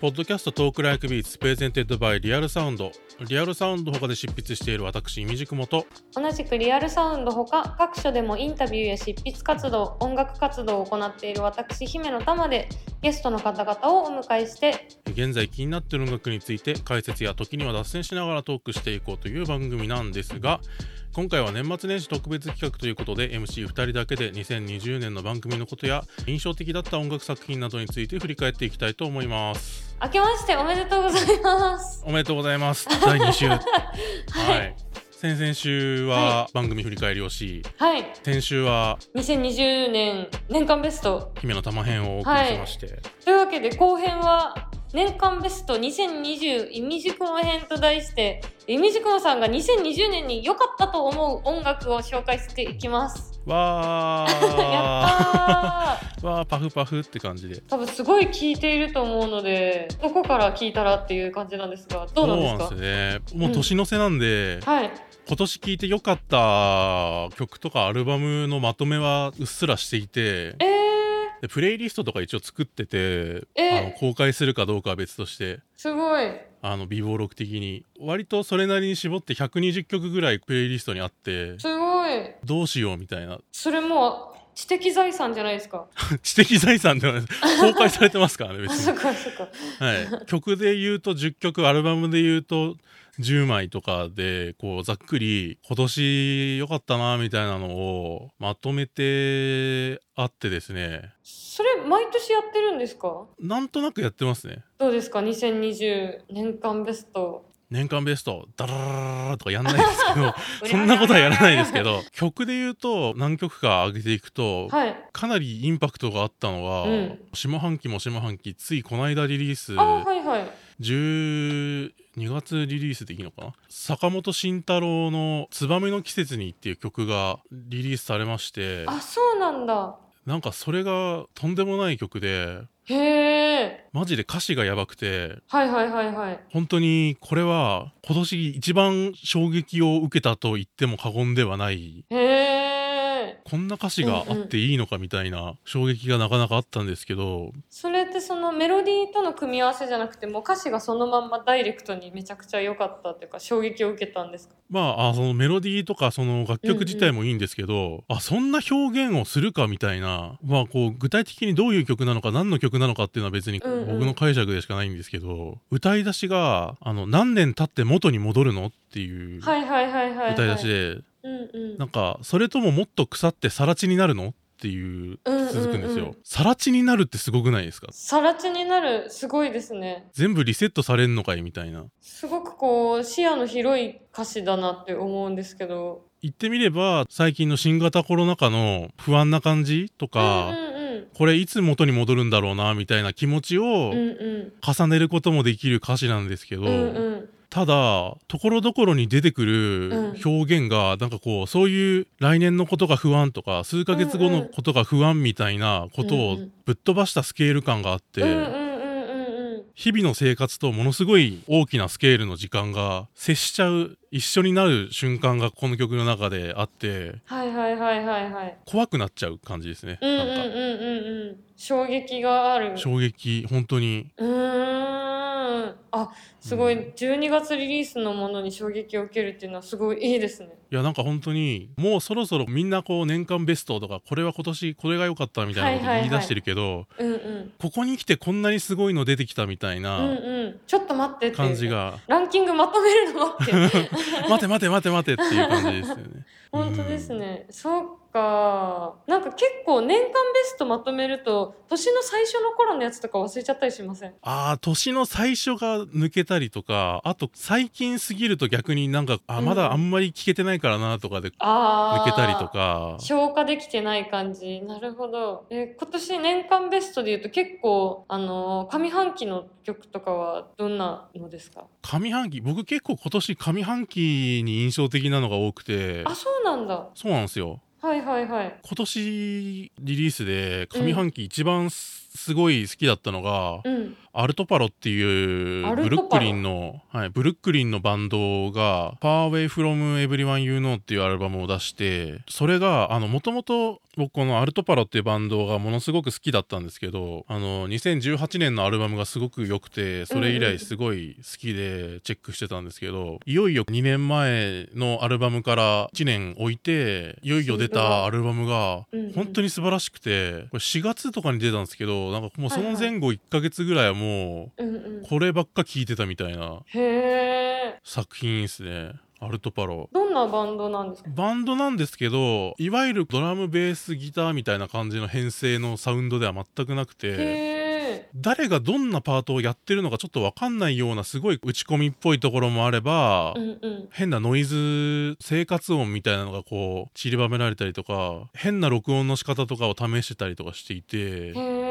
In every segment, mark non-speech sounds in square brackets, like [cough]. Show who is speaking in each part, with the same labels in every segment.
Speaker 1: ポッドキャストトークライクビーツプレゼンテッドバイリアルサウンドリアルサウンド他で執筆している私イミジクモと
Speaker 2: 同じくリアルサウンドほか各所でもインタビューや執筆活動音楽活動を行っている私姫の玉でゲストの方々をお迎えして
Speaker 1: 現在気になっている音楽について解説や時には脱線しながらトークしていこうという番組なんですが今回は年末年始特別企画ということで MC2 人だけで2020年の番組のことや印象的だった音楽作品などについて振り返っていきたいと思います
Speaker 2: 明けましておめでとうございます
Speaker 1: おめでとうござい [laughs] ます第2週はい、先々週は番組振り返りをし、
Speaker 2: はい
Speaker 1: 先週は
Speaker 2: 2020年年間ベスト
Speaker 1: 姫の玉編をお送りしまして、
Speaker 2: というわけで後編は年間ベスト2020イミジクモ編と題してイミジクモさんが2020年に良かったと思う音楽を紹介していきます
Speaker 1: わー
Speaker 2: やったー
Speaker 1: わーパフパフって感じで
Speaker 2: 多分すごい聞いていると思うのでどこから聞いたらっていう感じなんですがどうなんですか
Speaker 1: そうなんですねもう年の瀬なんで、
Speaker 2: はい
Speaker 1: 今年聴いて良かった曲とかアルバムのまとめはうっすらしていて
Speaker 2: えー、
Speaker 1: でプレイリストとか一応作ってて、
Speaker 2: え
Speaker 1: あの公開するかどうかは別として
Speaker 2: すごい
Speaker 1: あの備忘録的に割とそれなりに絞って120曲ぐらいプレイリストにあって
Speaker 2: すごい
Speaker 1: どうしようみたいな [laughs]
Speaker 2: それもう知的財産じゃないですか
Speaker 1: 知的財産ではない公開されてますからね別
Speaker 2: あ
Speaker 1: に
Speaker 2: そっかそっか
Speaker 1: はい、曲で言うと10曲アルバムで言うと10枚とかでこうざっくり今年良かったなみたいなのをまとめてあってですね
Speaker 2: それ毎年やってるんですか
Speaker 1: なんとなくやってますね
Speaker 2: どうですか2020年間ベスト
Speaker 1: 年間ベストダララララとかやんないですけ
Speaker 2: [laughs]
Speaker 1: どそんなことはやらないですけど曲で言うと何曲か上げていくと
Speaker 2: はい
Speaker 1: かなりインパクトがあったのは、
Speaker 2: うん
Speaker 1: 下半期も下半期ついこの間リリース
Speaker 2: あはいはい
Speaker 1: 12月リリースでいいのかな坂本慎太郎の「ツバメの季節に」っていう曲がリリースされまして
Speaker 2: あそうなんだ
Speaker 1: なんかそれがとんでもない曲で
Speaker 2: へえ
Speaker 1: マジで歌詞がやばくて
Speaker 2: はいはいはいはい
Speaker 1: 本当にこれは今年一番衝撃を受けたと言っても過言ではない
Speaker 2: へえ
Speaker 1: こんな歌詞があっていいのかみたいな衝撃がなかなかあったんですけど
Speaker 2: それってそのメロディーとの組み合わせじゃなくてもう歌詞がそのまんまダイレクトにめちゃくちゃ良かったっていうか衝撃を受けたんですか
Speaker 1: まああそのメロディーとかその楽曲自体もいいんですけど、あそんな表現をするかみたいな、まあ、こう具体的にどういう曲なのか何の曲なのかっていうのは別に
Speaker 2: うんうん
Speaker 1: 僕の解釈でしかないんですけど、歌い出しがあの「何年経って元に戻るの?」っていう
Speaker 2: はいはいはいはい、はい、
Speaker 1: 歌い出しで、
Speaker 2: うんうん
Speaker 1: なんかそれとももっと腐って更地になるのっていう続くんです
Speaker 2: うんうんうん
Speaker 1: よ。更地になるってすごくないですか
Speaker 2: さら地になるすごいですね
Speaker 1: 全部リセットされんのかいみたいな。
Speaker 2: すごくこう視野の広い歌詞だなって思うんですけど
Speaker 1: 言ってみれば最近の新型コロナ禍の不安な感じとか、
Speaker 2: うんうん
Speaker 1: これいつ元に戻るんだろうなみたいな気持ちを
Speaker 2: うんうん
Speaker 1: 重ねることもできる歌詞なんですけど、
Speaker 2: うんうん
Speaker 1: ただところどころに出てくる
Speaker 2: うん
Speaker 1: 表現がなんかこうそういう来年のことが不安とか数ヶ月後のことが不安みたいなこと
Speaker 2: う
Speaker 1: を
Speaker 2: んうん
Speaker 1: ぶっ飛ばしたスケール感があって、
Speaker 2: うんうんうんうんうん
Speaker 1: 日々の生活とものすごい大きなスケールの時間が接しちゃう一緒になる瞬間がこの曲の中であって
Speaker 2: はいはいはいはいはい
Speaker 1: 怖くなっちゃう感じですね。
Speaker 2: うんうん
Speaker 1: な
Speaker 2: うん
Speaker 1: か
Speaker 2: んうんうん衝撃がある
Speaker 1: 衝撃本当に
Speaker 2: うーんあすごい、12月リリースのものに衝撃を受けるっていうのはすごいいいですね
Speaker 1: いやなんか本当にもうそろそろみんなこう年間ベストとかこれは今年これが良かったみたいなこと
Speaker 2: はいはいは
Speaker 1: 言
Speaker 2: い
Speaker 1: い出してるけど、
Speaker 2: うんうん
Speaker 1: ここに来てこんなにすごいの出てきたみたい
Speaker 2: うん
Speaker 1: な
Speaker 2: うんちょっと待ってっていう
Speaker 1: 感じが、
Speaker 2: ランキングまとめるの待って
Speaker 1: [laughs] 待て待て待て待てっていう感じですよ
Speaker 2: [laughs]
Speaker 1: ね。
Speaker 2: 本当ですね、そうかなんか結構年間ベストまとめると年の最初の頃のやつとか忘れちゃったりしません
Speaker 1: ああ年の最初が抜けたりとかあと最近すぎると逆になんかあ
Speaker 2: うん
Speaker 1: まだあんまり聞けてないからなとかで
Speaker 2: あ
Speaker 1: 抜
Speaker 2: あ
Speaker 1: けたりとか
Speaker 2: 消化できてない感じなるほどえ今年年間ベストで言うと結構あのー上半期の曲とかはどんなのですか
Speaker 1: 上半期僕結構今年上半期に印象的なのが多くて
Speaker 2: あそうなんだ
Speaker 1: そうなんですよ。
Speaker 2: はいはいはい
Speaker 1: 今年リリースで上半期一番すすごい好きだったのが、
Speaker 2: うん。
Speaker 1: アルトパロっていう
Speaker 2: ア
Speaker 1: ブ
Speaker 2: ル
Speaker 1: ル
Speaker 2: ト
Speaker 1: ッ
Speaker 2: パロ
Speaker 1: クリンの、はい、ブルックリンのバンドが「Far Away From Everyone You Know」っていうアルバムを出してそれがもともと僕このアルトパロっていうバンドがものすごく好きだったんですけどあの2018年のアルバムがすごく良くてそれ以
Speaker 2: うんう
Speaker 1: 来
Speaker 2: ん
Speaker 1: すごい好きでチェックしてたんですけどいよいよ2年前のアルバムから1年置いていよいよ出たアルバムが
Speaker 2: うんうん
Speaker 1: 本当に素晴らしくてこれ4月とかに出たんですけどなんかもうその前後1ヶ月ぐらいはも
Speaker 2: うんうん
Speaker 1: う。こればっか聴いてたみたいな
Speaker 2: へえ。
Speaker 1: 作品ですねアルトパロ
Speaker 2: どんなバンドなんですか
Speaker 1: バンドなんですけどいわゆるドラムベースギターみたいな感じの編成のサウンドでは全くなく
Speaker 2: へ
Speaker 1: て
Speaker 2: え。
Speaker 1: 誰がどんなパートをやってるのかちょっと分かんないようなすごい打ち込みっぽいところもあれば
Speaker 2: うんうん。
Speaker 1: 変なノイズ生活音みたいなのがこう散りばめられたりとか変な録音の仕方とかを試してたりとかしていて
Speaker 2: へ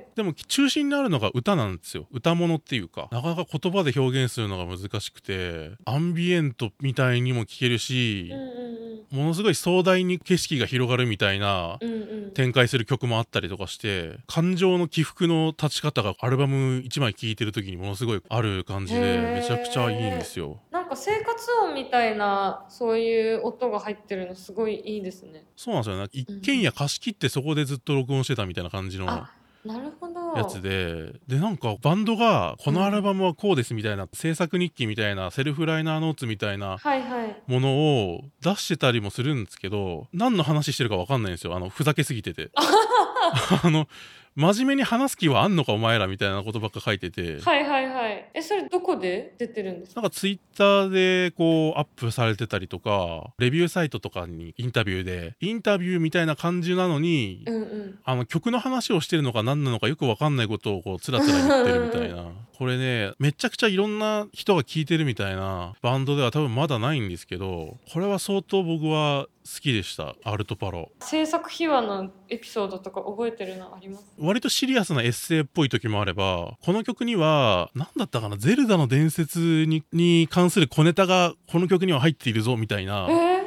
Speaker 2: え。
Speaker 1: でも中心にあるのが歌なんですよ歌物っていうかなかなか言葉で表現するのが難しくてアンビエントみたいにも聴けるし
Speaker 2: うんうん
Speaker 1: ものすごい壮大に景色が広がるみたいな
Speaker 2: うん。うんうん。
Speaker 1: 展開する曲もあったりとかして感情の起伏の立ち方がアルバム1枚聴いてる時にものすごいある感じで
Speaker 2: へー
Speaker 1: めちゃくちゃいいんですよ。
Speaker 2: なんか生活音みたいなそういう音が入ってるのすごいいいですね。
Speaker 1: そうなんですよね一軒家貸し切ってそこでずっと録音してたみたいな感じのや
Speaker 2: あ、なるほど。
Speaker 1: つででなんかバンドがこのアルバムはこうですみたいな制作日記みたいなセルフライナーノーツみたいな
Speaker 2: はいはい。
Speaker 1: ものを出してたりもするんですけど何の話してるか分かんないんですよあのふざけすぎて [laughs] てあの真面目に話す気はあんのかお前らみたいなことばっか書いてて、
Speaker 2: はいはいはい。え、それどこで出てるんです
Speaker 1: な
Speaker 2: か
Speaker 1: んかツイッターでこうアップされてたりとかレビューサイトとかにインタビューでインタビューみたいな感じなのに、
Speaker 2: うんうん。
Speaker 1: あの曲の話をしてるのか何なのかよく分かんないことをこうつらつら言ってるみたいなこれねめちゃくちゃいろんな人が聴いてるみたいなバンドでは多分まだないんですけどこれは相当僕は好きでしたアルトパロ
Speaker 2: 制作秘話のエピソードとか覚えてるのあります
Speaker 1: 割とシリアスなエッセイっぽい時もあればこの曲には何だったかな「ゼルダの伝説に」に関する小ネタがこの曲には入っているぞみたいな
Speaker 2: えー、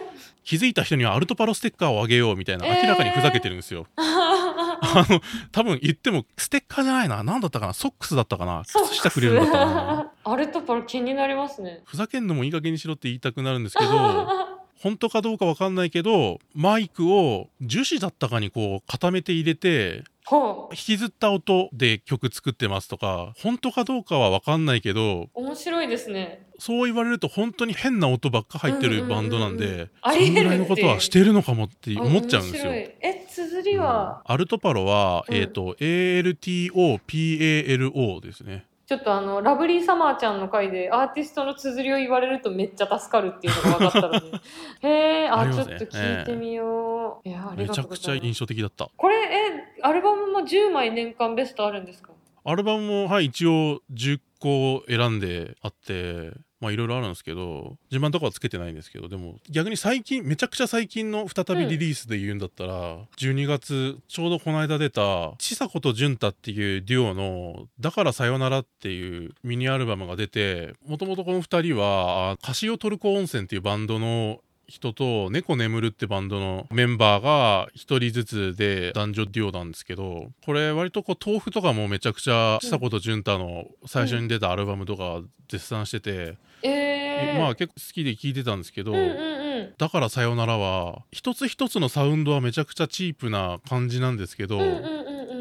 Speaker 1: 気づいた人にはアルトパロステッカーをあげようみたいな明らかにふざけてるんですよ。 [laughs] あの多分言ってもステッカーじゃないな何だったかなソックスだったかな
Speaker 2: そう
Speaker 1: 靴下くれるんだったかな
Speaker 2: [laughs] あれとパロ気になりますね。
Speaker 1: ふざけんのもいい加減にしろって言いたくなるんですけど本当かどうか分かんないけどマイクを樹脂だったかにこう固めて入れて
Speaker 2: ほう
Speaker 1: 引。きずった音で曲作ってますとか本当かどうかは分かんないけど
Speaker 2: [laughs] 面白いですね。
Speaker 1: そう言われると本当に変な音ばっか入ってるバンドなん
Speaker 2: うんうんうんう
Speaker 1: で
Speaker 2: んありえ
Speaker 1: そ
Speaker 2: るって
Speaker 1: んぐらいのことはしてるのかもって思っちゃうんです
Speaker 2: あ
Speaker 1: よ。
Speaker 2: 面白いえ、綴りは、
Speaker 1: アルトパロは、
Speaker 2: うん
Speaker 1: えっ、と ALTOPALO ですね
Speaker 2: ちょっとあの、ラブリーサマーちゃんの回でアーティストの綴りを言われるとめっちゃ助かるっていうのが分かった
Speaker 1: [laughs]
Speaker 2: ので。へえ、
Speaker 1: あ
Speaker 2: あ、
Speaker 1: り
Speaker 2: ちょ
Speaker 1: ま
Speaker 2: っ
Speaker 1: す
Speaker 2: と
Speaker 1: ね
Speaker 2: 聞いてみよう。いや、あり
Speaker 1: め
Speaker 2: が
Speaker 1: ち
Speaker 2: と
Speaker 1: ゃ
Speaker 2: うご
Speaker 1: くち
Speaker 2: ざ
Speaker 1: ゃ
Speaker 2: いま
Speaker 1: 印
Speaker 2: す。
Speaker 1: 象的だった
Speaker 2: これ、え、アルバムも10枚年間ベストあるんですか
Speaker 1: アルバムもはい一応10個選んであってまあいろいろあるんですけど順番とかはつけてないんですけどでも逆に最近めちゃくちゃ最近の再びリリースで言うんだったら、12月ちょうどこの間出たちさ子とじゅんたっていうデュオの「だからさよなら」っていうミニアルバムが出てもともとこの2人はあカシオトルコ温泉っていうバンドの人と猫眠るってバンドのメンバーが一人ずつで男女デュオなんですけどこれ割とこう豆腐とかもめちゃくちゃ久子と潤太の最初に出たアルバムとか絶賛してて、
Speaker 2: えー。
Speaker 1: まあ結構好きで聴いてたんですけど、
Speaker 2: うんうんうん。
Speaker 1: だから「さよなら」は一つ一つのサウンドはめちゃくちゃチープな感じなんですけど、
Speaker 2: うんうんうんう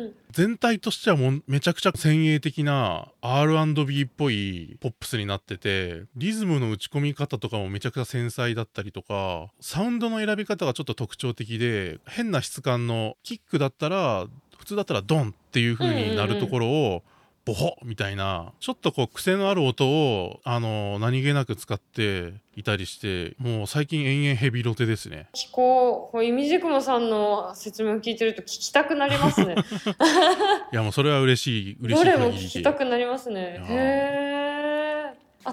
Speaker 2: ん。
Speaker 1: 全体としてはもうめちゃくちゃ先鋭的な R&B っぽいポップスになっててリズムの打ち込み方とかもめちゃくちゃ繊細だったりとかサウンドの選び方がちょっと特徴的で変な質感のキックだったら普通だったらドンっていう風になるところをボホッみたいなちょっとこう癖のある音をあの何気なく使っていたりしてもう最近延々ヘビロテですね。
Speaker 2: 聞こう。これ、イミジクモさんの説明を聞いてると聞きたくなりますね。
Speaker 1: いやもうそれは嬉しい [laughs] 嬉し
Speaker 2: ど
Speaker 1: い
Speaker 2: れも
Speaker 1: 限り
Speaker 2: 聞きたくなりますね。
Speaker 1: いや
Speaker 2: へえ。あ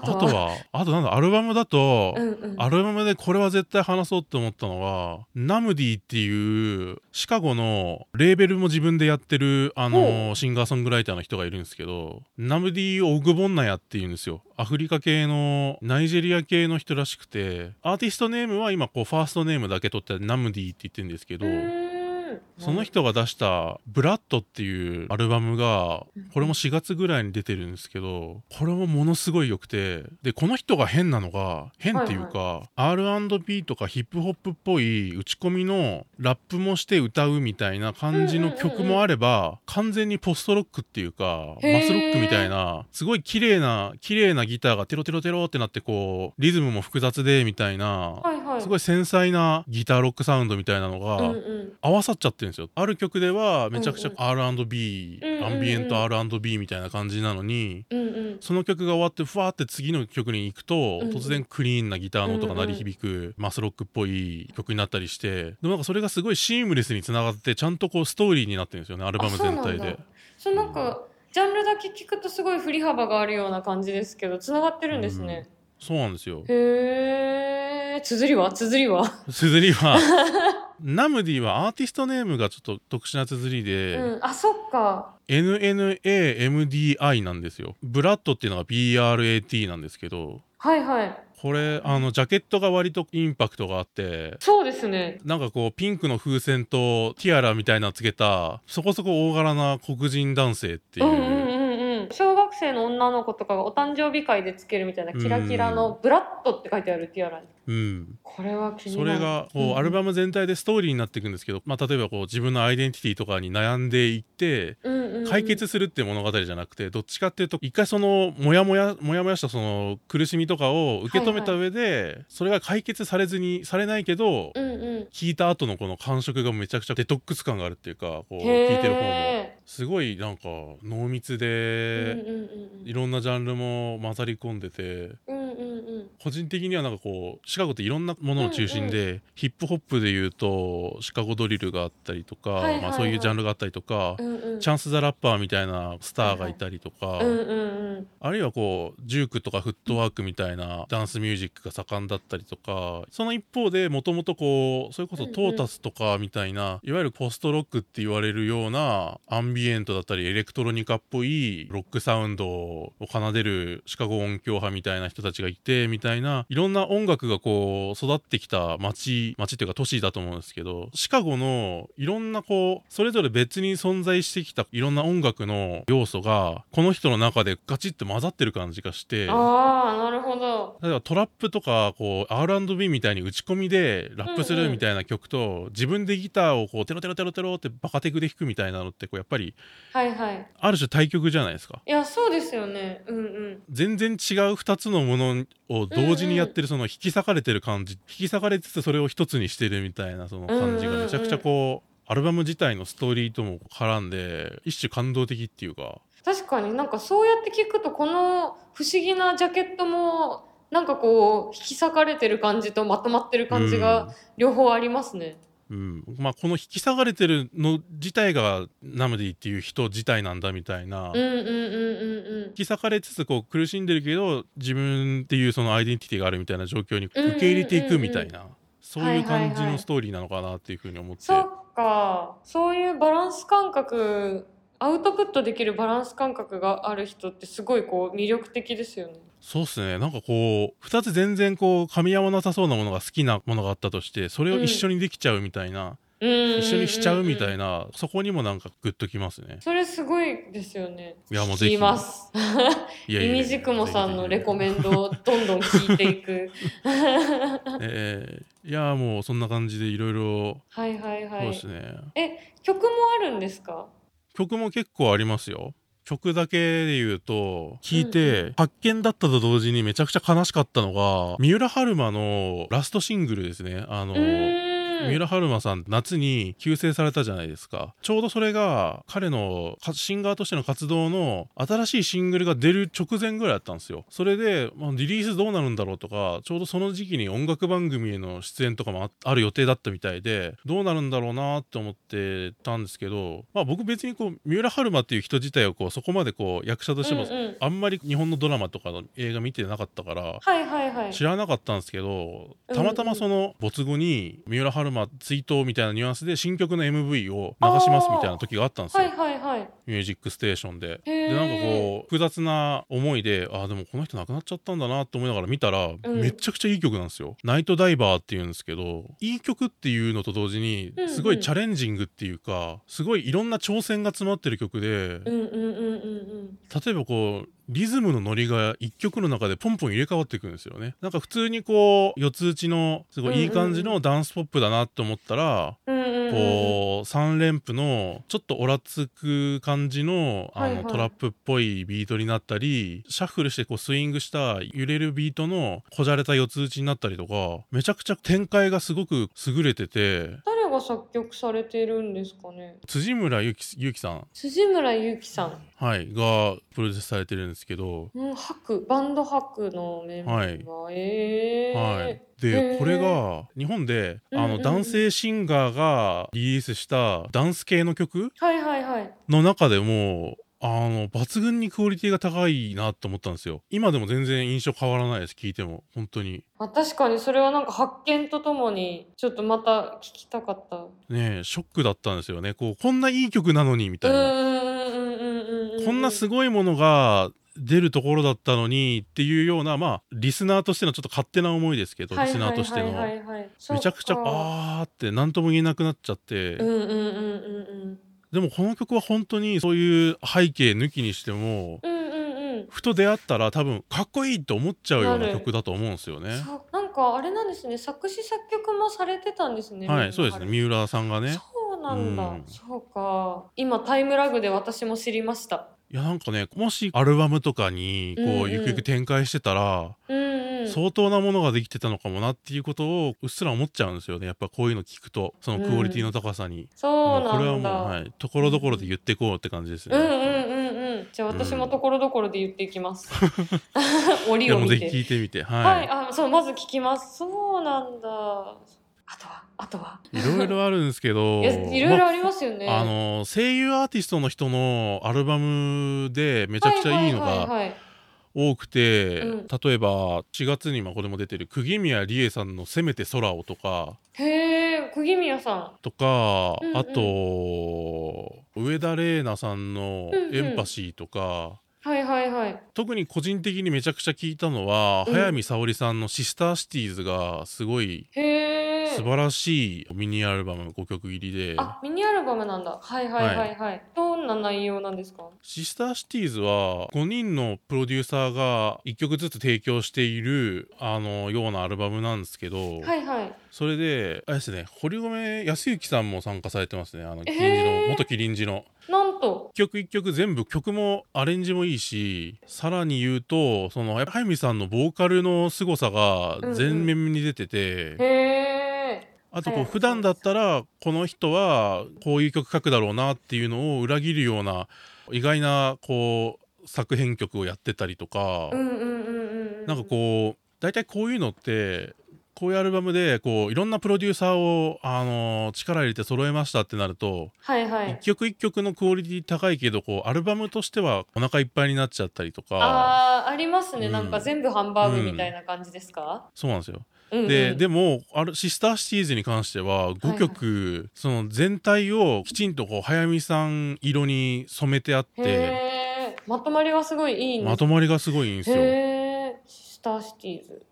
Speaker 1: あ
Speaker 2: とは。
Speaker 1: とはあとなんだアルバムだと、
Speaker 2: うんうん。
Speaker 1: アルバムでこれは絶対話そうって思ったのはナムディっていうシカゴのレーベルも自分でやってるあのシンガーソングライターの人がいるんですけどナムディ・オグボンナヤっていうんですよアフリカ系のナイジェリア系の人らしくてアーティストネームは今こうファーストネームだけ取ってナムディって言ってるんですけど
Speaker 2: うーんはい。
Speaker 1: その人が出した「ブラッドっていうアルバムがこれも4月ぐらいに出てるんですけどこれもものすごい良くてでこの人が変なのが変っていうか、R&B とかヒップホップっぽい打ち込みのラップもして歌うみたいな感じの曲もあれば完全にポストロックっていうか
Speaker 2: へー
Speaker 1: マスロックみたいなすごい綺麗な綺麗なギターがテロテロテロってなってこうリズムも複雑でみたいな
Speaker 2: はいはい。
Speaker 1: すご
Speaker 2: い。
Speaker 1: い繊細なギターロックサウンドみたいなのが。
Speaker 2: うんうん。
Speaker 1: 合わさっちゃってるんですよある曲ではめちゃくちゃ
Speaker 2: うん
Speaker 1: R&B、
Speaker 2: うんうんうん
Speaker 1: アンビエント R&B みたいな感じなのに
Speaker 2: うんうん。
Speaker 1: その曲が終わってふわーって次の曲に行くと、
Speaker 2: うん
Speaker 1: 突然クリーンなギターの音が鳴り響く、マスロックっぽい曲になったりしてでもなんかそれがすごいシームレスにつながってちゃんとこうストーリーになってるんですよねアルバム全体で。
Speaker 2: そうなんか、ジャンルだけ聞くとすごい振り幅があるような感じですけど、繋がってるんですね。
Speaker 1: そうなんですよ。
Speaker 2: へー。綴りは綴りは。
Speaker 1: 綴りはナムディはアーティストネームがちょっと特殊な綴りで、
Speaker 2: うん。あ、そっか。
Speaker 1: NNAMDI なんですよ。ブラッドっていうのが BRAT なんですけど、
Speaker 2: はいはい。
Speaker 1: これあのジャケットが割とインパクトがあって
Speaker 2: そうですね。
Speaker 1: なんかこうピンクの風船とティアラみたいなのつけたそこそこ大柄な黒人男性っていうう,、
Speaker 2: んうんうんうん。小学生の女の子とかがお誕生日会でつけるみたいなキラキラのブラッドって書いてあるティアラ。
Speaker 1: うん
Speaker 2: これは気に
Speaker 1: そ
Speaker 2: なる。
Speaker 1: れが
Speaker 2: うん
Speaker 1: こ
Speaker 2: う
Speaker 1: うんアルバム全体でストーリーになっていくんですけど、まあ、例えばこう自分のアイデンティティとかに悩んでいって
Speaker 2: うんうんうん
Speaker 1: 解決するっていう物語じゃなくてどっちかっていうと一回そのモヤモヤモヤモヤしたその苦しみとかを受け止めた上で、それが解決されずにされないけど、
Speaker 2: うんうん。
Speaker 1: 聞いた後のこの感触がめちゃくちゃデトックス感があるっていうかこう
Speaker 2: へー
Speaker 1: 聞いてる方もすごいなんか濃密
Speaker 2: うん
Speaker 1: で、
Speaker 2: うん
Speaker 1: いろんなジャンルも混ざり込んでて
Speaker 2: うんうんうんうん
Speaker 1: 個人的にはなんかこうシカゴっていろんなものの中心で、ヒップホップでいうとシカゴドリルがあったりとか、
Speaker 2: はいはいはい
Speaker 1: まあ、そういうジャンルがあったりとか、
Speaker 2: うんうんうん
Speaker 1: チャンス・ザ・ラッパーみたいなスターがいたりとか、
Speaker 2: うんうんうん
Speaker 1: あるいはこうジュークとかフットワークみたいなダンスミュージックが盛んだったりとかその一方でもともとこうそれこそ
Speaker 2: うんうん
Speaker 1: トータスとかみたいな、いわゆるポストロックって言われるようなアンビエントだったりエレクトロニカっぽいロックサウンドを奏でるシカゴ音響派みたいな人たちがいてみたいないろんな音楽がこう育ってきた街街っていうか都市だと思うんですけどシカゴのいろんなこうそれぞれ別に存在してきたいろんな音楽の要素がこの人の中でガチッと混ざってる感じがして
Speaker 2: ああなるほど
Speaker 1: 例えばトラップとかこう R&B みたいに打ち込みでラップするみたいな曲と、自分でギターをこうテロテロテロテロってバカテクで弾くみたいなのってこうやっぱり
Speaker 2: はいはい
Speaker 1: ある種対極じゃないですか。
Speaker 2: いやそうですよねうんうん
Speaker 1: 全然違う2つのものを同時にやってるその引き裂かれてる感じ、引き裂かれつつそれを一つにしてるみたいなその感じ
Speaker 2: うん
Speaker 1: が
Speaker 2: うんうん
Speaker 1: めちゃくちゃこう,、アルバム自体のストーリーとも絡んで一種感動的っていうか
Speaker 2: 確かになんかそうやって聞くとこの不思議なジャケットもなんかこう引き裂かれてる感じとまとまってる感じが両方ありますね、
Speaker 1: うんまあ、この引き裂かれてるの自体がナムディっていう人自体なんだみたいな、
Speaker 2: うん、
Speaker 1: 引
Speaker 2: うんうんうんうん
Speaker 1: き裂かれつつこう苦しんでるけど自分っていうそのアイデンティティがあるみたいな状況に受け入れていくみたいな、そういう感じのストーリーなのかなっていうふうに思って。
Speaker 2: そっかそういうバランス感覚アウトプットできるバランス感覚がある人ってすごいこう魅力的ですよね
Speaker 1: そうっすねなんかこう2つ全然こう噛み合わなさそうなものが好きなものがあったとしてそれを一緒にできちゃうみたいな、
Speaker 2: 一
Speaker 1: 一緒にしちゃうみたい
Speaker 2: な
Speaker 1: な、そこにもなんかグッときますね
Speaker 2: それすごいですよね
Speaker 1: いやもうぜ
Speaker 2: 聞
Speaker 1: ひ
Speaker 2: きます
Speaker 1: いやい
Speaker 2: イ
Speaker 1: やい
Speaker 2: ミ
Speaker 1: や
Speaker 2: ジクモさんのレコ
Speaker 1: ン
Speaker 2: メンドをどんどん聞いて
Speaker 1: [laughs]
Speaker 2: いく
Speaker 1: ええいやもうそんな感じでいろいろ
Speaker 2: はいはい
Speaker 1: そ
Speaker 2: は
Speaker 1: うで
Speaker 2: い
Speaker 1: すね、
Speaker 2: 曲もあるんですか
Speaker 1: 曲も結構ありますよ曲だけで言うと聞い
Speaker 2: うん
Speaker 1: て発見だったと同時にめちゃくちゃ悲しかったのが三浦春馬のラストシングルですねあの
Speaker 2: うー
Speaker 1: 三
Speaker 2: ん
Speaker 1: 浦春馬さん夏に急逝されたじゃないですかちょうどそれが彼のかシンガーとしての活動の新しいシングルが出る直前ぐらいだったんですよそれで、まあ、リリースどうなるんだろうとかちょうどその時期に音楽番組への出演とかもあある予定だったみたいでどうなるんだろうなって思ってたんですけど、まあ、僕別にこう三浦春馬っていう人自体をこうそこまでこう役者としても
Speaker 2: うんうん
Speaker 1: あんまり日本のドラマとかの映画見てなかったから
Speaker 2: はいはいはい
Speaker 1: 知らなかったんですけど
Speaker 2: うん
Speaker 1: たまたまその没後に三浦春るま追悼みたいなニュアンスで新曲の MV を流しますみたいな時があったんですよ
Speaker 2: はいはいはい。
Speaker 1: 「ミュージックステーションで。
Speaker 2: へ
Speaker 1: で
Speaker 2: ー
Speaker 1: なんかこう複雑な思いであーでもこの人亡くなっちゃったんだなと思いながら見たら、
Speaker 2: ん
Speaker 1: めちゃくちゃいい曲なんですよ「ナイトダイバー」っていうんですけどいい曲っていうのと同時に
Speaker 2: うんうん
Speaker 1: すごいチャレンジングっていうかすごいいろんな挑戦が詰まってる曲で
Speaker 2: うんうんうんうん
Speaker 1: 例えばこうリズムのノリが一曲の中でポンポン入れ替わっていくんですよねなんか普通にこう四つ打ちのすごいいい感じのダンスポップだなと思ったら、
Speaker 2: うん。うんうんうんうん。
Speaker 1: こう3連符のちょっとおらつく感じのあの、
Speaker 2: はいはい
Speaker 1: トラップっぽいビートになったりシャッフルしてこうスイングした揺れるビートのこじゃれた四つ打ちになったりとかめちゃくちゃ展開がすごく優れてて
Speaker 2: 誰が作曲されてるんですかね。
Speaker 1: 辻村ゆきゆきさん、
Speaker 2: 辻村勇樹さん。
Speaker 1: はい、がプロデュースされてるんですけど、
Speaker 2: うん、ハク、バンドハクのメンバーが、ええー。
Speaker 1: はい、
Speaker 2: へ
Speaker 1: で
Speaker 2: ー
Speaker 1: これが日本であ
Speaker 2: うんうん
Speaker 1: の
Speaker 2: うん
Speaker 1: 男性シンガーがリリースしたダンス系の曲
Speaker 2: はいはいはい。
Speaker 1: の中でもあの抜群にクオリティが高いなと思ったんですよ今でも全然印象変わらないです聞いても本当に
Speaker 2: まあ、確かにそれはなんか発見とともに、ちょっとまた聞きたかった。う
Speaker 1: ねえショックだったんですよねこうこんないい曲なのにみたいな
Speaker 2: ーんうんうんうんうんうん。
Speaker 1: こんなすごいものが出るところだったのにっていうようなまあリスナーとしてのちょっと勝手な思いですけどリスナーとしての
Speaker 2: はいはいはいはいはい、
Speaker 1: めちゃくちゃ
Speaker 2: あ。
Speaker 1: あーって何とも言えなくなっちゃって、
Speaker 2: うんうんうんうん
Speaker 1: でもこの曲は本当にそういう背景抜きにしても
Speaker 2: うん。うんうんうん。
Speaker 1: ふと出会ったら多分かっこいいって思っちゃうよう
Speaker 2: な
Speaker 1: な
Speaker 2: る
Speaker 1: 曲だと思うんですよね。
Speaker 2: そうなんかあれなんですね作詞作曲もされてたんですね。
Speaker 1: はい、そうですね。
Speaker 2: みん
Speaker 1: 三浦さんが
Speaker 2: なあれ
Speaker 1: ね。
Speaker 2: そうなんだ、
Speaker 1: うん
Speaker 2: そうか今タイムラグで私も知りました。
Speaker 1: いや、なんかね、もしアルバムとかに、こう、
Speaker 2: うんうん
Speaker 1: ゆくゆく展開してたら、
Speaker 2: うんうん、
Speaker 1: 相当なものができてたのかもなっていうことを、うっすら思っちゃうんですよね。やっぱこういうの聞くと、そのクオリティの高さに。
Speaker 2: そう
Speaker 1: もうこれは
Speaker 2: な
Speaker 1: も
Speaker 2: ん
Speaker 1: う、
Speaker 2: だ。
Speaker 1: はい、ところどころで言ってこうって感じですね。
Speaker 2: うんうんうんうん。じゃあ私もところどころで言っていきます。
Speaker 1: い
Speaker 2: [laughs] 折
Speaker 1: や、
Speaker 2: を
Speaker 1: もう
Speaker 2: 見
Speaker 1: ぜひ
Speaker 2: て。
Speaker 1: 聞いてみて。
Speaker 2: は、
Speaker 1: はい
Speaker 2: あ、そうまず聞きます。そうなんだ。あとはあとは。
Speaker 1: い。いろいろあるんですけど、
Speaker 2: いやいろいろありますよね。
Speaker 1: まああの、声優アーティストの人のアルバムでめちゃくちゃいいの
Speaker 2: はは
Speaker 1: が
Speaker 2: はいはい
Speaker 1: 多くて、
Speaker 2: うん
Speaker 1: 例えば4月にまあこれも出てる釘宮理恵さんの「せめて空を」とか
Speaker 2: へえ、釘宮さん。
Speaker 1: とか、
Speaker 2: うんうん
Speaker 1: あと上田玲奈さんの
Speaker 2: うん
Speaker 1: 「
Speaker 2: うん
Speaker 1: エンパシー」とか、
Speaker 2: はいはいはい。
Speaker 1: 特に個人的にめちゃくちゃ聞いたのは、
Speaker 2: うん
Speaker 1: 早見沙織さんの「シスターシティーズ」がすごい
Speaker 2: へえ。
Speaker 1: 素晴らしいミニアルバム5曲入りで。
Speaker 2: あ、ミニアルバムなんだ。はいはいはいはい。どんな内容なんですか。
Speaker 1: シスターシティーズは5人のプロデューサーが1曲ずつ提供しているあのようなアルバムなんですけど、
Speaker 2: はいはい。
Speaker 1: それであれですね堀米康之さんも参加されてますねあの
Speaker 2: えー
Speaker 1: キリンジの、元キリンジの
Speaker 2: なんと。
Speaker 1: 一曲一曲全部曲もアレンジもいいしさらに言うとそのやっぱ早見さんのボーカルの凄さが
Speaker 2: うんうん
Speaker 1: 前面に出てて、
Speaker 2: へえ。
Speaker 1: あとこう
Speaker 2: はい
Speaker 1: 普段だったらこの人はこういう曲書くだろうなっていうのを裏切るような意外なこう作編曲をやってたりとか、
Speaker 2: うんうんうんうんうん。
Speaker 1: なんかこう大体こういうのってこういうアルバムでこういろんなプロデューサーを、あの力入れて揃えましたってなると
Speaker 2: はいは
Speaker 1: 一、
Speaker 2: い。
Speaker 1: 曲一曲のクオリティ高いけどこうアルバムとしてはお腹いっぱいになっちゃったりとか
Speaker 2: あーありますね、
Speaker 1: うん
Speaker 2: なんか全部ハンバーグみたいな感じですか、
Speaker 1: そうなんですよ。
Speaker 2: うんうん、
Speaker 1: ででもあるシスターシティーズに関しては5曲、その全体をきちんとこう早見さん色に染めてあって
Speaker 2: へえまとまりはすごいいいんで
Speaker 1: ますとまりがすごいいいんですよ。
Speaker 2: へえシスターシティーズ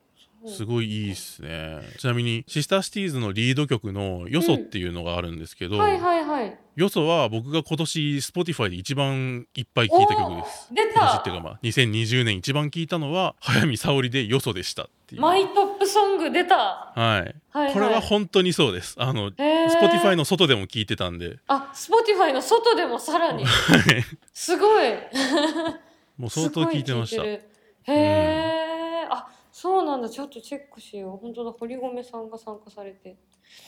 Speaker 1: すごいいいっすねちなみにシスターシティーズのリード曲の「よそ」っていうのがあるんですけど、
Speaker 2: はいはいはい
Speaker 1: よそは僕が今年 Spotify で一番いっぱい聴いた曲です。
Speaker 2: 出
Speaker 1: 今年ったていうかまあ2020年一番聴いたのは早見沙織でよそでしたっていう。
Speaker 2: マイトップソング出た
Speaker 1: はい。
Speaker 2: はい、はい、
Speaker 1: これは本当にそうです。あの、
Speaker 2: へー
Speaker 1: Spotify の外でも聴いてたんで、
Speaker 2: あ、スポティファイの外でもさらに。すごい。
Speaker 1: もう相当聴いてました
Speaker 2: すご。い聞いてるへえ、あ、そうなんだ。ちょっとチェックしよう。本当だ。堀米さんが参加されて。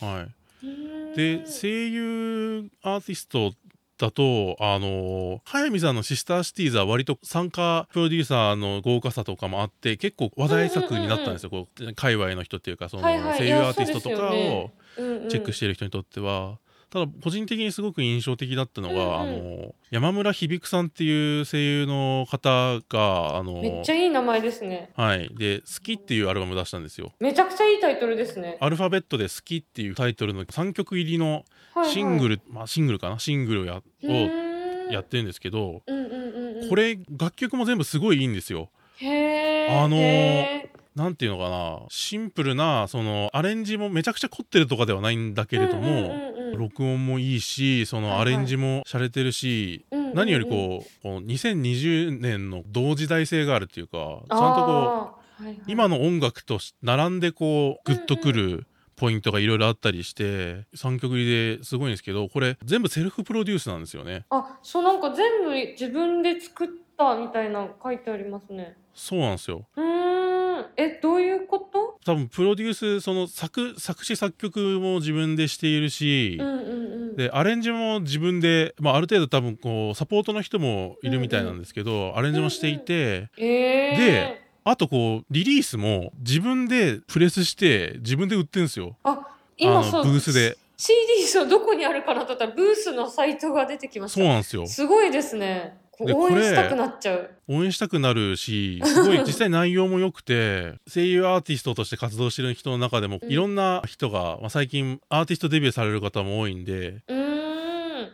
Speaker 1: は
Speaker 2: うーん
Speaker 1: い。で、声優アーティストだと、あの、早見さんのシスターシティーズは割と参加プロデューサーの豪華さとかもあって、結構話題作になったんですよ。こう、界隈の人っていうか、その
Speaker 2: はいはい
Speaker 1: 声
Speaker 2: い
Speaker 1: 優
Speaker 2: や
Speaker 1: アーティストとか
Speaker 2: そうですよ
Speaker 1: を
Speaker 2: ねうんうん
Speaker 1: チェックしてる人にとっては、ただ個人的にすごく印象的だったのが、
Speaker 2: うんうん
Speaker 1: あの山村響さんっていう声優の方があの
Speaker 2: めっちゃいい名前ですね
Speaker 1: はいで「好き」っていうアルバムを出したんですよ。
Speaker 2: めちゃくちゃいいタイトルですね
Speaker 1: アルファベットで「好き」っていうタイトルの3曲入りの
Speaker 2: はいはい
Speaker 1: シングル、まあ、シングルかなシングルをや
Speaker 2: う
Speaker 1: を
Speaker 2: ーん
Speaker 1: やってるんですけど、
Speaker 2: うんうんうんうん
Speaker 1: これ楽曲も全部すごいいいんですよ。
Speaker 2: へー
Speaker 1: あのー
Speaker 2: へー
Speaker 1: なんていうのかなシンプルなそのアレンジもめちゃくちゃ凝ってるとかではないんだけれども、
Speaker 2: うんうんうんうん
Speaker 1: 録音もいいしそ
Speaker 2: はい
Speaker 1: の
Speaker 2: はい
Speaker 1: アレンジも洒落てるし、
Speaker 2: うんうんうん
Speaker 1: 何よりこうこう2020年の同時代性があるっていうかちゃんとこう
Speaker 2: あーはいはい
Speaker 1: 今の音楽とし並んでこうグッとくるポイントがいろいろあったりして3曲入りですごいんですけどこれ全部セルフプロデュースなんですよね。
Speaker 2: あそうなんか全部自分で作ったみたいなの書いてありますね
Speaker 1: そうなんですよ
Speaker 2: うーんえどういうこと
Speaker 1: 多分プロデュースその作作詞作曲も自分でしているし、
Speaker 2: うんうんうん
Speaker 1: でアレンジも自分で、まあ、ある程度多分こうサポートの人もいるみたいなんですけど、アレンジもしていて、
Speaker 2: えー、
Speaker 1: であとこうリリースも自分でプレスして自分で売ってるんですよ
Speaker 2: あ
Speaker 1: あ
Speaker 2: 今
Speaker 1: の
Speaker 2: そう
Speaker 1: ブースで
Speaker 2: CD そうどこにあるかなと思ったらブースのサイトが出てきました
Speaker 1: そうなんですよ
Speaker 2: すごいですねこう
Speaker 1: で
Speaker 2: 応
Speaker 1: こ
Speaker 2: 援
Speaker 1: れ
Speaker 2: したくなっちゃう
Speaker 1: 応援したくなるしすごい実際内容も良く
Speaker 2: [laughs]
Speaker 1: て声優アーティストとして活動してる人の中でも
Speaker 2: うん
Speaker 1: いろんな人が、まあ、最近アーティストデビューされる方も多いんで
Speaker 2: うーん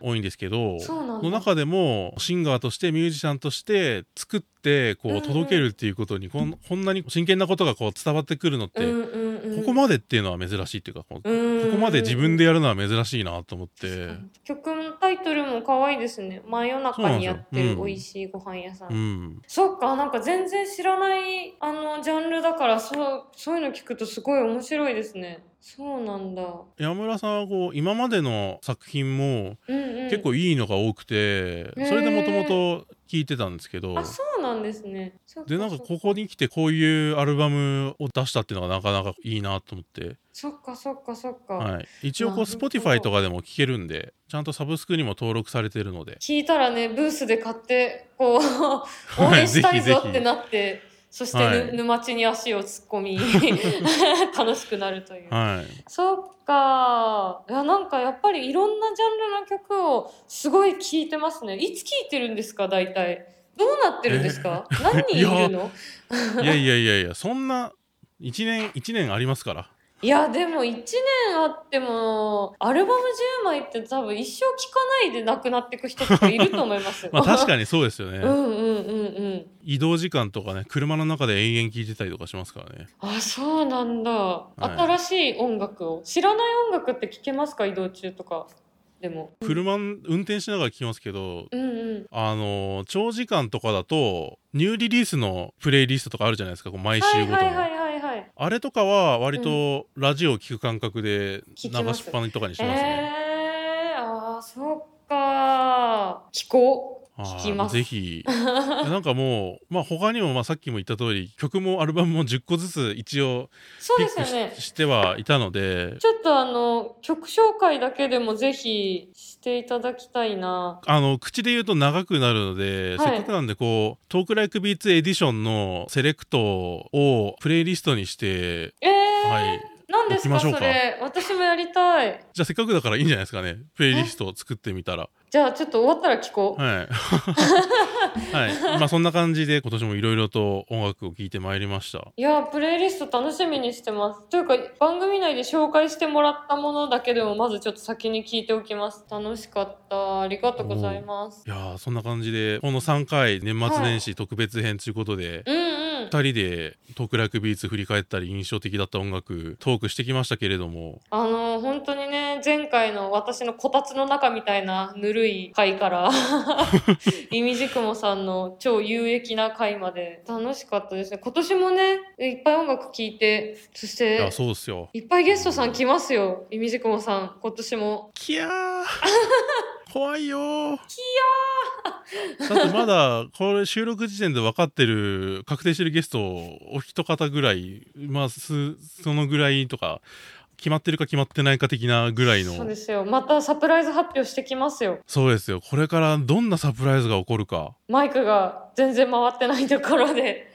Speaker 1: 多いんですけど
Speaker 2: そうなんだ
Speaker 1: の中でもシンガーとしてミュージシャンとして作って
Speaker 2: うん
Speaker 1: こ
Speaker 2: う
Speaker 1: うん届けるっていうことにこんこんなに真剣なことがこう伝わってくるのって、
Speaker 2: うんうんうん、
Speaker 1: ここまでっていうのは珍しいっていうかこう
Speaker 2: こ
Speaker 1: ここまで自分でやるのは珍しいなと思って、
Speaker 2: 曲のタイトルも可愛いですね真夜中にやって
Speaker 1: そうなんですよ
Speaker 2: る
Speaker 1: うん
Speaker 2: 美味しいご飯屋さん、
Speaker 1: うん、
Speaker 2: そっかなんか全然知らないあのジャンルだからそうそういうの聞くとすごい面白いですねそうなんだ
Speaker 1: 山村さんはこう今までの作品も
Speaker 2: うんうん
Speaker 1: 結構いいのが多くて、
Speaker 2: ー
Speaker 1: それでもともと聞いてたんですけど、
Speaker 2: あそうなんですねそっ
Speaker 1: でなんか
Speaker 2: そっ
Speaker 1: ここに来てこういうアルバムを出したっていうのがなかなかいいなと思って、
Speaker 2: そっかそっかそっか、
Speaker 1: はい、一応こう
Speaker 2: なるほど
Speaker 1: Spotify とかでも聴けるんでちゃんとサブスクにも登録されてるので、
Speaker 2: 聞いたらねブースで買ってこう応
Speaker 1: はい
Speaker 2: 援した
Speaker 1: ぜ
Speaker 2: い
Speaker 1: ひぜ
Speaker 2: ぞ
Speaker 1: ひ
Speaker 2: ってなってそして、
Speaker 1: はい
Speaker 2: ぬ沼地に足を突っ込
Speaker 1: [laughs]
Speaker 2: み楽しくなるという、
Speaker 1: はい、
Speaker 2: そっかいやなんかやっぱりいろんなジャンルの曲をすごい聴いてますねいつ聴いてるんですか大体どうなってるんですか、何人いるの
Speaker 1: いやいやいやいやそんな1年1年ありますから
Speaker 2: いやでも1年あってもアルバム10枚って多分一生聴かないで亡くなっていく人とかいると思いますよ
Speaker 1: [laughs] まあ確
Speaker 2: に
Speaker 1: かにそうですよね、
Speaker 2: うんうんうんうん
Speaker 1: 移動時間とかね車の中で延々聴いてたりとかしますからね
Speaker 2: あそうなんだ、
Speaker 1: い
Speaker 2: 新しい音楽を知らない音楽って聞けますか移動中とかでも
Speaker 1: 車運転しながら聴きますけど
Speaker 2: うんうん
Speaker 1: あの長時間とかだとニューリリースのプレイリストとかあるじゃないですかこう毎
Speaker 2: は
Speaker 1: 週
Speaker 2: い
Speaker 1: ごと
Speaker 2: はいは
Speaker 1: の。
Speaker 2: いはいはい
Speaker 1: あれとかは割とラジオを聞く感覚で
Speaker 2: 聞
Speaker 1: 流
Speaker 2: きます
Speaker 1: しっぱなりとかにしますね。
Speaker 2: ええー、ああそっか聞こう
Speaker 1: はい
Speaker 2: 聞きます
Speaker 1: ぜひなんかもう、まあ、他にも、まあ、さっきも言った通り曲もアルバムも10個ずつ一応
Speaker 2: そう
Speaker 1: ピ
Speaker 2: で
Speaker 1: ッ
Speaker 2: すよ
Speaker 1: クし,、
Speaker 2: ね
Speaker 1: してはいたので
Speaker 2: ちょっとあの曲紹介だけでもぜひしていただきたいな
Speaker 1: あの口で言うと長くなるので、
Speaker 2: はい
Speaker 1: せっかくなんでこう「トークライクビーツエディション」のセレクトをプレイリストにして、
Speaker 2: えー、
Speaker 1: はい、
Speaker 2: 何です
Speaker 1: 行
Speaker 2: か
Speaker 1: きましょう
Speaker 2: そ
Speaker 1: か
Speaker 2: れ私もやりたい
Speaker 1: じゃあせっかくだからいいんじゃないですかね。プレイリストを作ってみたら。
Speaker 2: じゃあちょっと終わったら聞こ
Speaker 1: [laughs]
Speaker 2: う、
Speaker 1: はい。はい。まあそんな感じで今年もいろいろと音楽を聴いてまいりました。
Speaker 2: いやープレイリスト楽しみにしてますというか番組内で紹介してもらったものだけでもまずちょっと先に聞いておきます楽しかったありがとうございます
Speaker 1: いやーそんな感じでこの3回年末年始特別編ということで、
Speaker 2: うんうん
Speaker 1: 2人でトークライクビーツ振り返ったり印象的だった音楽トークしてきましたけれども
Speaker 2: あのー本当にね前回の私のこたつの中みたいなぬるい回から
Speaker 1: [laughs]
Speaker 2: いみじくもさんの超有益な回まで楽しかったですね今年もねいっぱい音楽聴いてそし
Speaker 1: い
Speaker 2: て
Speaker 1: やそうですよ
Speaker 2: いっぱいゲストさん来ますよいみじくもさん今年も
Speaker 1: きやー
Speaker 2: [laughs]
Speaker 1: 怖いよーだってまだこれ収録時点で分かってる確定してるゲストお一方ぐらいまあすそのぐらいとか決まってるか決まってないか的なぐらいの
Speaker 2: そうですよまたサプライズ発表してきますよ
Speaker 1: そうですよこれからどんなサプライズが起こるか
Speaker 2: マイクが全然回ってないとこ
Speaker 1: [laughs]
Speaker 2: ろで。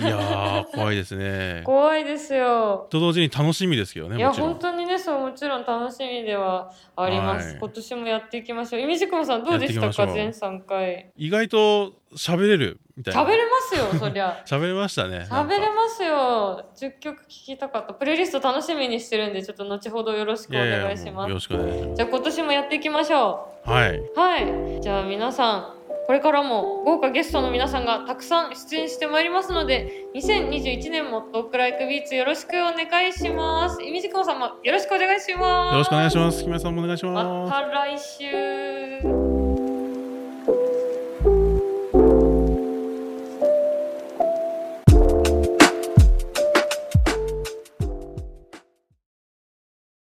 Speaker 1: いやー、怖いですね。
Speaker 2: 怖いですよ。
Speaker 1: と同時に楽しみですけど
Speaker 2: い
Speaker 1: ね、
Speaker 2: や
Speaker 1: もちろん
Speaker 2: 本。当にねそうもちろん楽しみではあります、
Speaker 1: はい
Speaker 2: 今年もやっていきましょうイミジクモさんどうでしたか
Speaker 1: やっていき
Speaker 2: 全
Speaker 1: ま
Speaker 2: 3回
Speaker 1: 意外と喋れるみたいな。
Speaker 2: 喋れますよそ
Speaker 1: [laughs]
Speaker 2: りゃ
Speaker 1: 喋れましたね。
Speaker 2: 喋れ
Speaker 1: なんか
Speaker 2: ますよ10曲聴きたかったプレイリスト楽しみにしてるんでちょっと後ほどよろしくお
Speaker 1: いやいや
Speaker 2: 願
Speaker 1: も
Speaker 2: いうします
Speaker 1: よろしくお願いしま
Speaker 2: じゃあ今年もやっていきましょ
Speaker 1: す。はい。
Speaker 2: うはいじゃあ皆さんこれからも豪華ゲストの皆さんがたくさん出演してまいりますので2021年もトークライクビーツよろしくお願いしますイミジクモさんもよろしくお願いします
Speaker 1: よろしくお願いします。姫さんもお願いし
Speaker 2: ま
Speaker 1: ます。
Speaker 2: た来週。